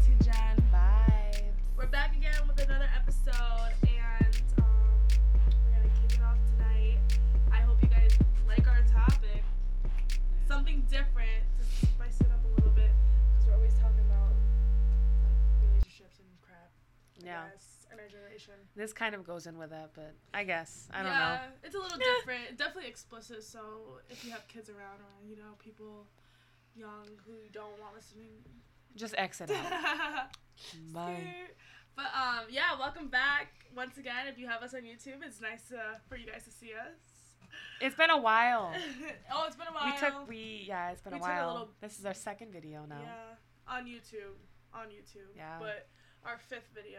um, different to spice it up a little bit because we're always talking about like, relationships and crap. I Yeah. guess, and our generation. This kind of goes in with that, but I guess. I don't know. yeah, It's a little Yeah. different. Definitely explicit. So if you have kids around or you know people young who you don't want listening. Just exit out. Bye. Skirt. But um, yeah. Welcome back once again. If you have us on YouTube, it's nice uh, for you guys to see us. It's been a while. oh, it's been a while. We took we yeah, it's been We a took a while. little- This is our second video now. Yeah, on YouTube, on YouTube. Yeah. Oh, But our fifth video.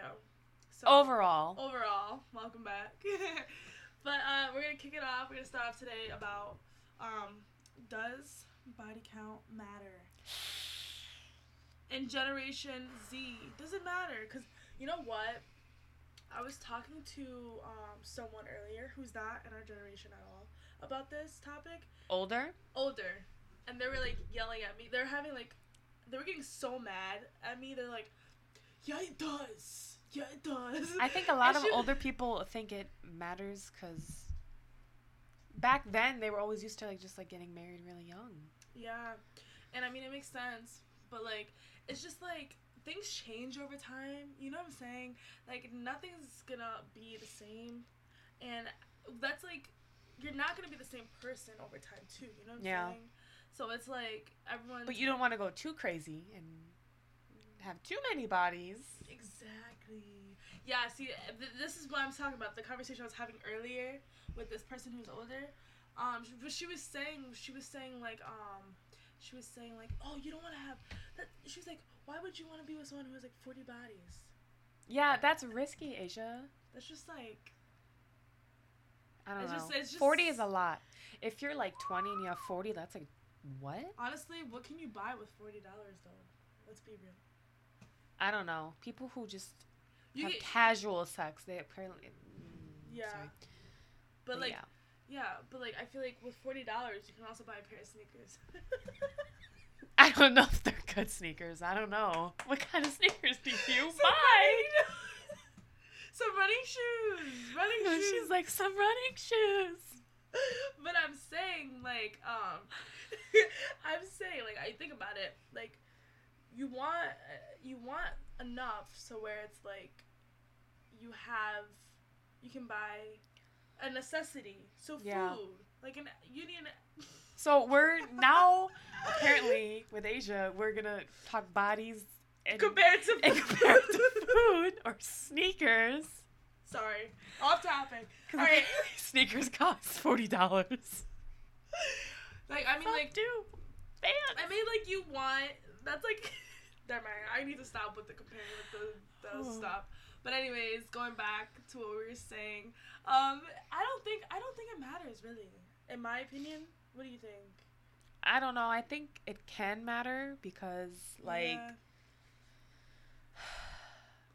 So Overall, Overall, welcome back. but uh, we're gonna kick it off. We're gonna start off today about um, does body count matter? In Generation Z, does it matter? Cause you know what? I was talking to um, someone earlier who's not in our generation at all about this topic, older. older and they were like yelling at me. They're having like they were getting so mad at me. They're like, "Yeah, it does. Yeah, it does." I think a lot And of she- older people think it matters because back then they were always used to like just like getting married really young. Yeah. And I mean, it makes sense, but like it's just like things change over time. You know what I'm saying? Like nothing's going to be the same. And that's like you're not going to be the same person over time, too. You know what I'm Yeah. saying? So it's like everyone But you don't want to go too crazy and have too many bodies. Exactly. Yeah, see, th- this is what I'm talking about. The conversation I was having earlier with this person who's older. Um, sh- what she was saying, she was saying, like, um, she was saying, like, oh, you don't want to have that. She was like, why would you want to be with someone who has, like, 40 bodies? Yeah, that's risky, Asia. That's just like, I don't It's know. just- it's just- Forty is a lot. If you're like twenty and you have forty, that's like what? honestly, what can you buy with $40, though? Let's be real. I don't know. People who just You have get- casual sex, they apparently. mm, Yeah. sorry. but, like, yeah. yeah, but, like, I feel like with $40, you can also buy a pair of sneakers. I don't know if they're good sneakers. I don't know. What kind of sneakers do you Some buy? running- Some running shoes. Running shoes. She's like some running shoes. but I'm saying like um I'm saying like I think about it like you want you want enough so where it's like you have you can buy a necessity so food Yeah. like an you need an So we're now apparently with Asia, we're gonna talk bodies and, compared to and compare it to food or sneakers. sorry off topic all 'Cause right apparently sneakers cost forty dollars. like I mean like do I mean, like you want. That's like. Never mind. I need to stop with the comparing with the, the Oh. stuff. But anyways, going back to what we were saying, um, I don't think I don't think it matters really. In my opinion, what do you think? I don't know. I think it can matter because like Yeah.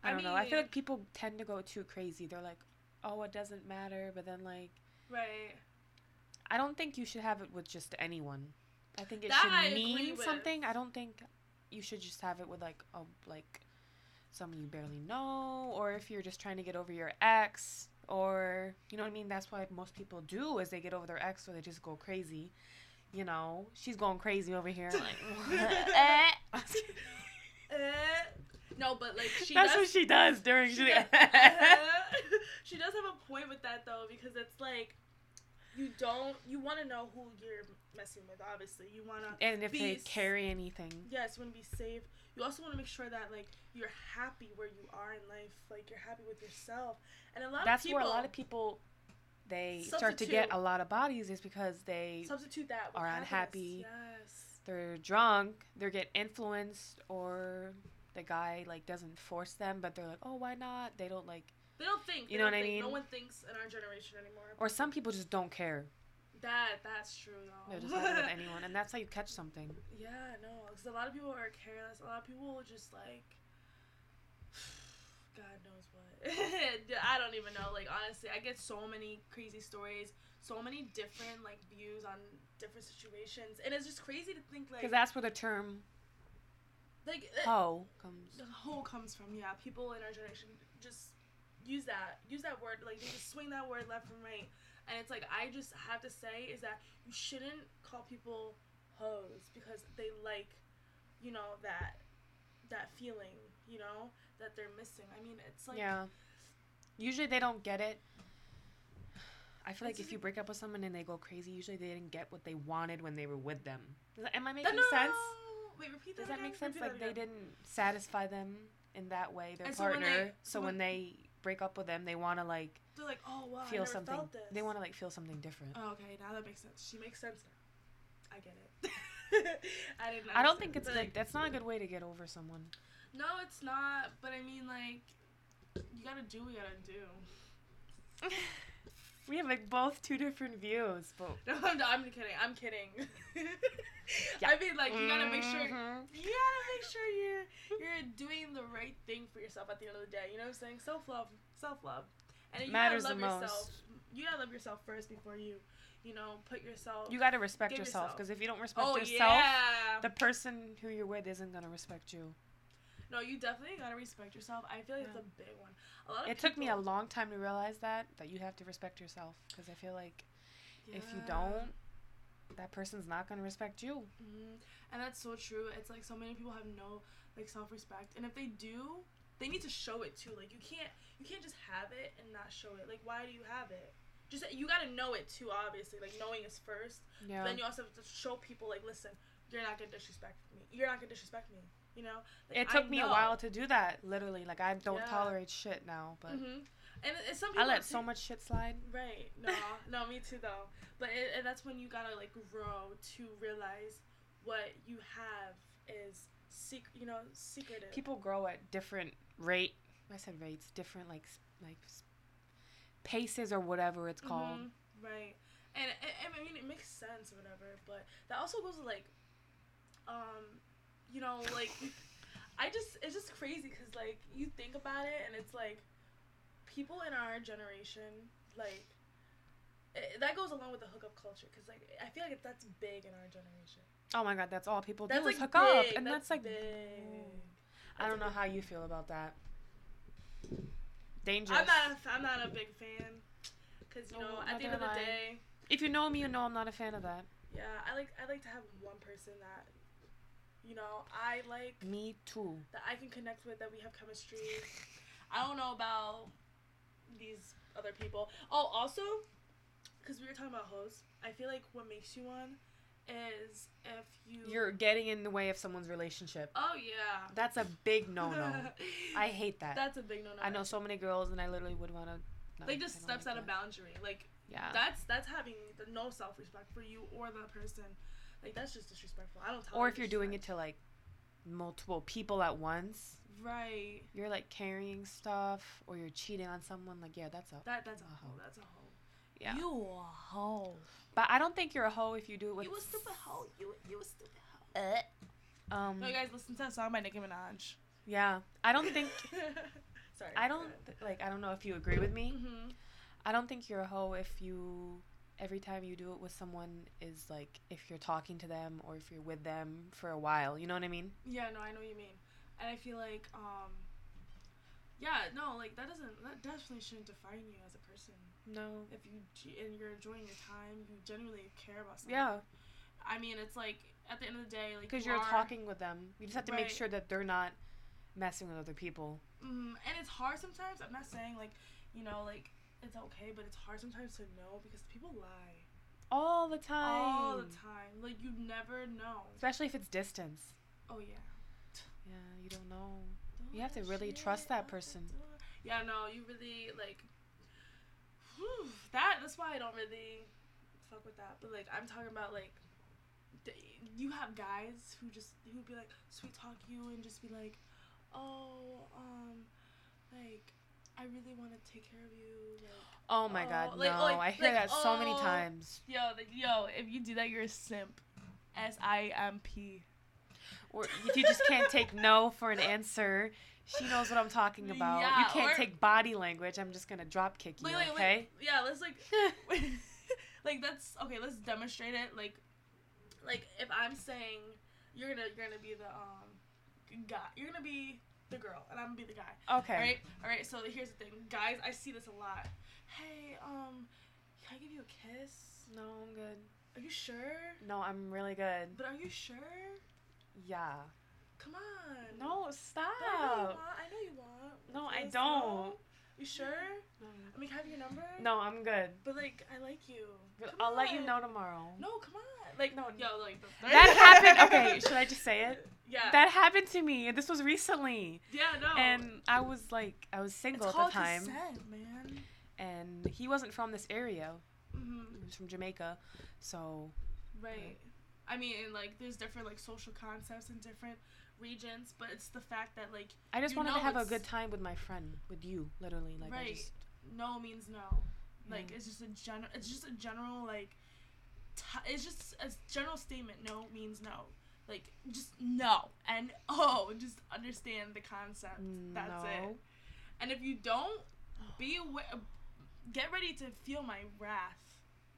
I don't know. I feel mean- like people tend to go too crazy. They're like, "Oh, it doesn't matter," but then like right. I don't think you should have it with just anyone. I think it That should I agree mean with. something. I don't think you should just have it with like a like someone you barely know, or if you're just trying to get over your ex, or you know what I mean. That's why most people do is they get over their ex, or they just go crazy. You know, she's going crazy over here. Like, eh. Uh, no, but like she that's does what she does during. she She does, she does have a point with that though because it's like you don't you want to know who you're messing with. Obviously, you want to and if they Beast. carry anything, Yes, you want to be safe. You also want to make sure that like you're happy where you are in life, like you're happy with yourself. And a lot that's of people where a lot of people they start to get Substitute. a lot of bodies is because they substitute that with are happiness. unhappy. Yes. they're drunk, they get influenced, or the guy like doesn't force them, but they're like, oh, why not? They don't like, They don't think. They You know don't what I think. No mean? one thinks in our generation anymore. or some people just don't care. that that's true though. They're just not with anyone, and that's how you catch something. yeah, no, because a lot of people are careless. A lot of people will just like. God knows what. I don't even know. Like honestly, I get so many crazy stories, so many different like views on different situations, and it's just crazy to think like Because that's where the term like uh, hoe comes. the whole comes from yeah people in our generation just use that use that word like they just swing that word left and right and it's like i just have to say is that you shouldn't call people pose because they like, you know, that that feeling, you know, that they're missing. I mean, it's like yeah. Usually they don't get it. I feel like This if is you break up with someone and they go crazy, usually they didn't get what they wanted when they were with them. Is that- Am I making no, no, sense? no. Wait, repeat that. Does that again? make sense? Repeat Like that they again. didn't satisfy them in that way, their And so when partner. they- So, when they, so when- break up with them, they want to like They're like, oh wow, I feel never something. felt this. They want to like feel something different. Oh, okay, now that makes sense. She makes sense now. I get it. I didn't. I don't understand. think it's But, like that's not a good way to get over someone. No, it's not. But I mean, like, you gotta do what you gotta do. we have like both two different views, but No, I'm, I'm kidding. I'm kidding. I mean, like, you gotta make sure. Mhm. You gotta make sure you're you're doing the right thing for yourself at the end of the day. You know what I'm saying? Self love, self love, and you Matters gotta the love most. yourself. You gotta love yourself first before you, you know, put yourself. you got to respect Give yourself yourself. because if you don't respect oh yourself, yeah. the person who you're with isn't gonna respect you. no, you definitely gotta respect yourself. I feel like it's Yeah. a big one. A lot of It took me a people- long time to realize that that you have to respect yourself because I feel like if you Yeah. don't, that person's not gonna respect you. Mhm. And that's so true. It's like so many people have no like self respect, and if they do, they need to show it too. Like you can't you can't just have it and not show it. Like why do you have it? Just you gotta know it too. Obviously, like knowing is first. Yeah. But then you also have to show people like, listen, you're not gonna disrespect me. You're not gonna disrespect me. You know. Like, it I took me a know. while to do that. Literally, like I don't Yeah. tolerate shit now, but Mhm. And it- it's some people I let too- so much shit slide. Right. No. no. Me too, though. But it, and that's when you gotta like grow to realize what you have is secret. You know, secretive. People grow at different rate. I said rates, different like s- like s- paces or whatever it's called. Mhm, Right. And, and, and I mean, it makes sense or whatever. But that also goes with, like, um, you know, like, I just it's just crazy because like you think about it and it's like people in our generation like. i that goes along with the hookup culture because like I feel like that's big in our generation. Oh my god, that's all people That's do is like hook big, up, and that's, like big. I don't That's a know big- how you feel about that. Dangerous. I'm not a, I'm not a big fan because you No, know neither at the end of am the I. day If you know me, you know I'm not a fan of that. Yeah, I like I like to have one person that you know, I like Me too. that I can connect with that we have chemistry. I don't know about these other people. Oh, also cuz we were talking about hoes, I feel like what makes you one is if you You're getting in the way of someone's relationship. Oh yeah. That's a big no no. I hate that. That's a big no-no. I know so many girls, and I literally would want to. No, Like just I don't steps like out of that. boundary. Like Yeah. that's that's having the no self-respect for you or the person. Like that's just disrespectful. I don't tell or if you're doing it to like multiple people at once, right. you're like carrying stuff, or you're cheating on someone. Like, yeah, that's a That that's a A hoe. hoe. That's a hoe. yeah. You a hoe. but I don't think you're a hoe if you do it with. You a stupid hoe. You you a stupid hoe. Um. No, you guys listen to that song by Nicki Minaj. Yeah. I don't think. Sorry. I don't th- like. I don't know if you agree with me. Mm-hmm. I don't think you're a hoe if you every time you do it with someone is like if you're talking to them or if you're with them for a while. You know what I mean? Yeah, no, I know what you mean, and I feel like um. Yeah, no, like that doesn't that definitely shouldn't define you as a person. No. If you g- and you're enjoying your time, you genuinely care about something. Yeah, I mean, it's like at the end of the day, like because you you're are- talking with them. You just have to make Right. sure that they're not messing with other people. Mm, and it's hard sometimes. I'm not saying like, you know, like it's okay, but it's hard sometimes to know because people lie. All the time. all the time. Like you never know. Especially if it's distance. Oh yeah. Yeah, you don't know. Throw You have to that really Oh, shit trust that out the person. door. Yeah, no, you really like. Whew, that that's why I don't really fuck with that. But like I'm talking about like, d- you have guys who just who be like sweet talk you and just be like, oh um, like I really want to take care of you. Like, Oh my god, Oh, like- no. like- I hear like, that so many oh. times. yo, like, yo, if you do that, you're a simp. S I M P. Or if you just can't take no for an answer, she knows what I'm talking about. you Yeah, can't or- take body language. I'm just gonna drop kick you, Wait, wait, okay? wait. Yeah, let's like like that's okay. Let's demonstrate it. Like, like if I'm saying you're gonna you're gonna be the um guy, you're gonna be the girl, and I'm gonna be the guy. Okay. All right, all right. So here's the thing, guys. I see this a lot. Hey, um, can I give you a kiss? No, I'm good. Are you sure? No, I'm really good. But are you sure? Yeah. Come on. But I know No, you stop. want. I know you want. No, I Yes, don't. no? You sure? I mean, have your number. No, I'm good. But like, I like you. Come I'll let you on. know tomorrow. No, come on. Like No, yo, like the That happened. Okay, should I just say it? Yeah. That happened to me, and this was recently. yeah. No. And I was like, I was it's single at called the time, consent, man. and he wasn't from this area. hmm He was from Jamaica, so Right. I mean, and like, there's different like social concepts in different regions, but it's the fact that like, I just You wanted to know have a it's- good time with my friend, with you, literally. Like, I Right. just, no means no. Like, Mm. it's just a general. It's just a general like. T- it's just a general statement. No means no. Like, just no and oh, just understand the concept. That's it. no. And if you don't, be aware. Get ready to feel my wrath.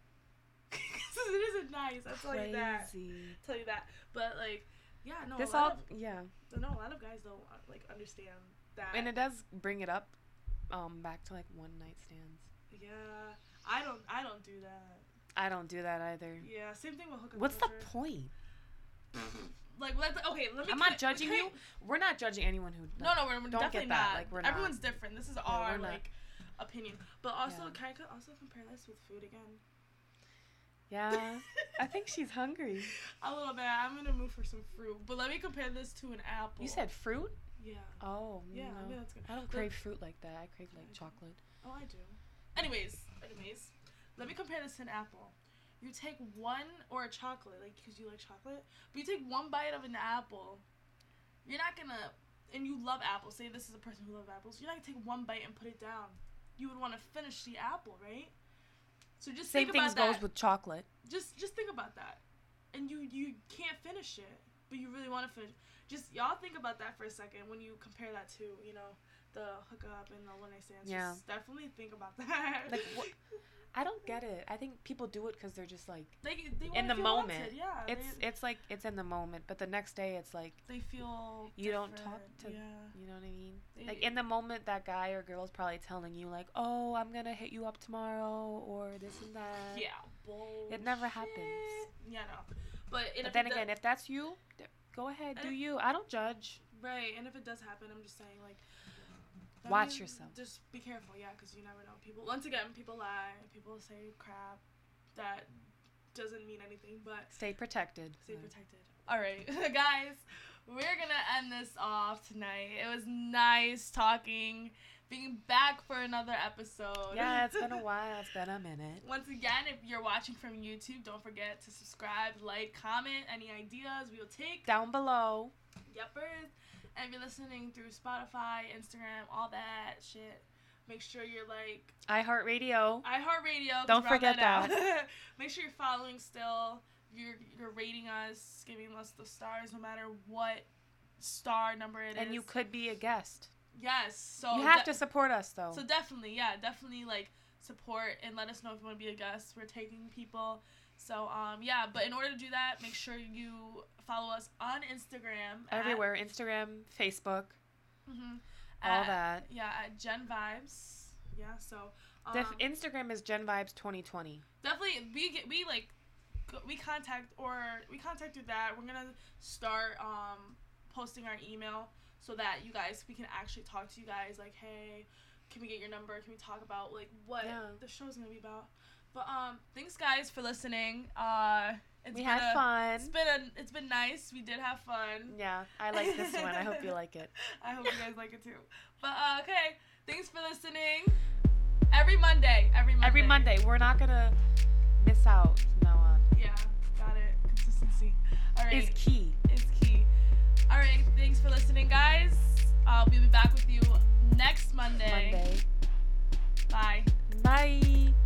'Cause it isn't nice. I'll tell you that. Crazy. tell you that. But like, yeah, no. This a lot all, of, yeah, So no, a lot of guys don't uh, like understand that. and it does bring it up, um, back to like one night stands. yeah, I don't, I don't do that. I don't do that either. Yeah, same thing with hookup. What's the culture. point? like? Let's okay. Let me. I'm cut- not judging okay. you. We're not judging anyone who. No, no, we're, we're Don't get definitely that, not. like, we're not. Everyone's different. This is we're our not. like opinion. But also, Yeah. can I co- also compare this with food again? Yeah, Uh, I think she's hungry. a little bit. I'm gonna move for some fruit. But let me compare this to an apple. You said fruit. Yeah. Oh, Yeah. I mean, No. that's good. I don't crave fruit like that. I crave like chocolate. Oh, I do. Anyways, anyways, let me compare this to an apple. You take one or a chocolate, like because you like chocolate, but you take one bite of an apple. You're not gonna, and you love apples. Say this is a person who loves apples. You're not gonna take one bite and put it down. You would want to finish the apple, right? So just Same think things about that. goes with chocolate. just just think about that, and you you can't finish it, but you really want to finish. Just y'all think about that for a second when you compare that to you know the hookup and the one night stands. Yeah. Just definitely think about that. Like, wh- I don't get it. I think people do it because they're just like they, they in wanna the feel moment, wanted, Yeah, it's they, it's like it's in the moment, but the next day it's like they feel You don't different, talk to- yeah. you know what I mean. They- Like in the moment, that guy or girl's probably telling you like, "Oh, I'm gonna hit you up tomorrow" or this and that. yeah bullshit. it never happens. Yeah, no. But, and But if then it do- again, if that's you, d- go ahead, And do if- you. I don't judge. Right, and if it does happen, I'm just saying like. I Watch mean, yourself. Just be careful, yeah, because you never know. People once again, people lie. People say crap that doesn't mean anything, but Stay protected. stay Uh, protected. All right, guys, we're gonna end this off tonight. It was nice talking, being back for another episode. Yeah, it's been a while. It's been a minute. Once again, if you're watching from YouTube, don't forget to subscribe, like, comment, any ideas we will take. Down below. Yuppers. And if you're listening through Spotify, Instagram, all that shit, make sure you're like iHeartRadio. iHeartRadio. 'cause Don't we're on forget out. make sure you're following still. You're you're rating us, giving us the stars, no matter what star number it is. And you could be a guest. yes. So you have de- to support us, though. Oh, So definitely, yeah, definitely like support and let us know if you want to be a guest. We're taking people. So um yeah, but in order to do that, make sure you follow us on Instagram. at- Everywhere Instagram, Facebook, Mhm. all At- that. Yeah, at Gen Vibes. Yeah, so um, Def- Instagram is Gen Vibes 2020. definitely we get we like go- we contact or we contact through that. We're gonna start um posting our email so that you guys we can actually talk to you guys like hey can we get your number can we talk about like what Yeah. the show's gonna be about but um thanks guys for listening uh it's we been had a- fun. it's been a, it's been nice we did have fun Yeah, I like this one. I hope you like it. I hope you guys like it too. But uh, okay, thanks for listening. Every Monday, every Monday. Every Monday, we're not going to miss out from now on. Yeah, got it. Consistency. All right, Is key. is key. All right, thanks for listening, guys. Uh, we'll be back with you next Monday. Monday. Bye. Bye.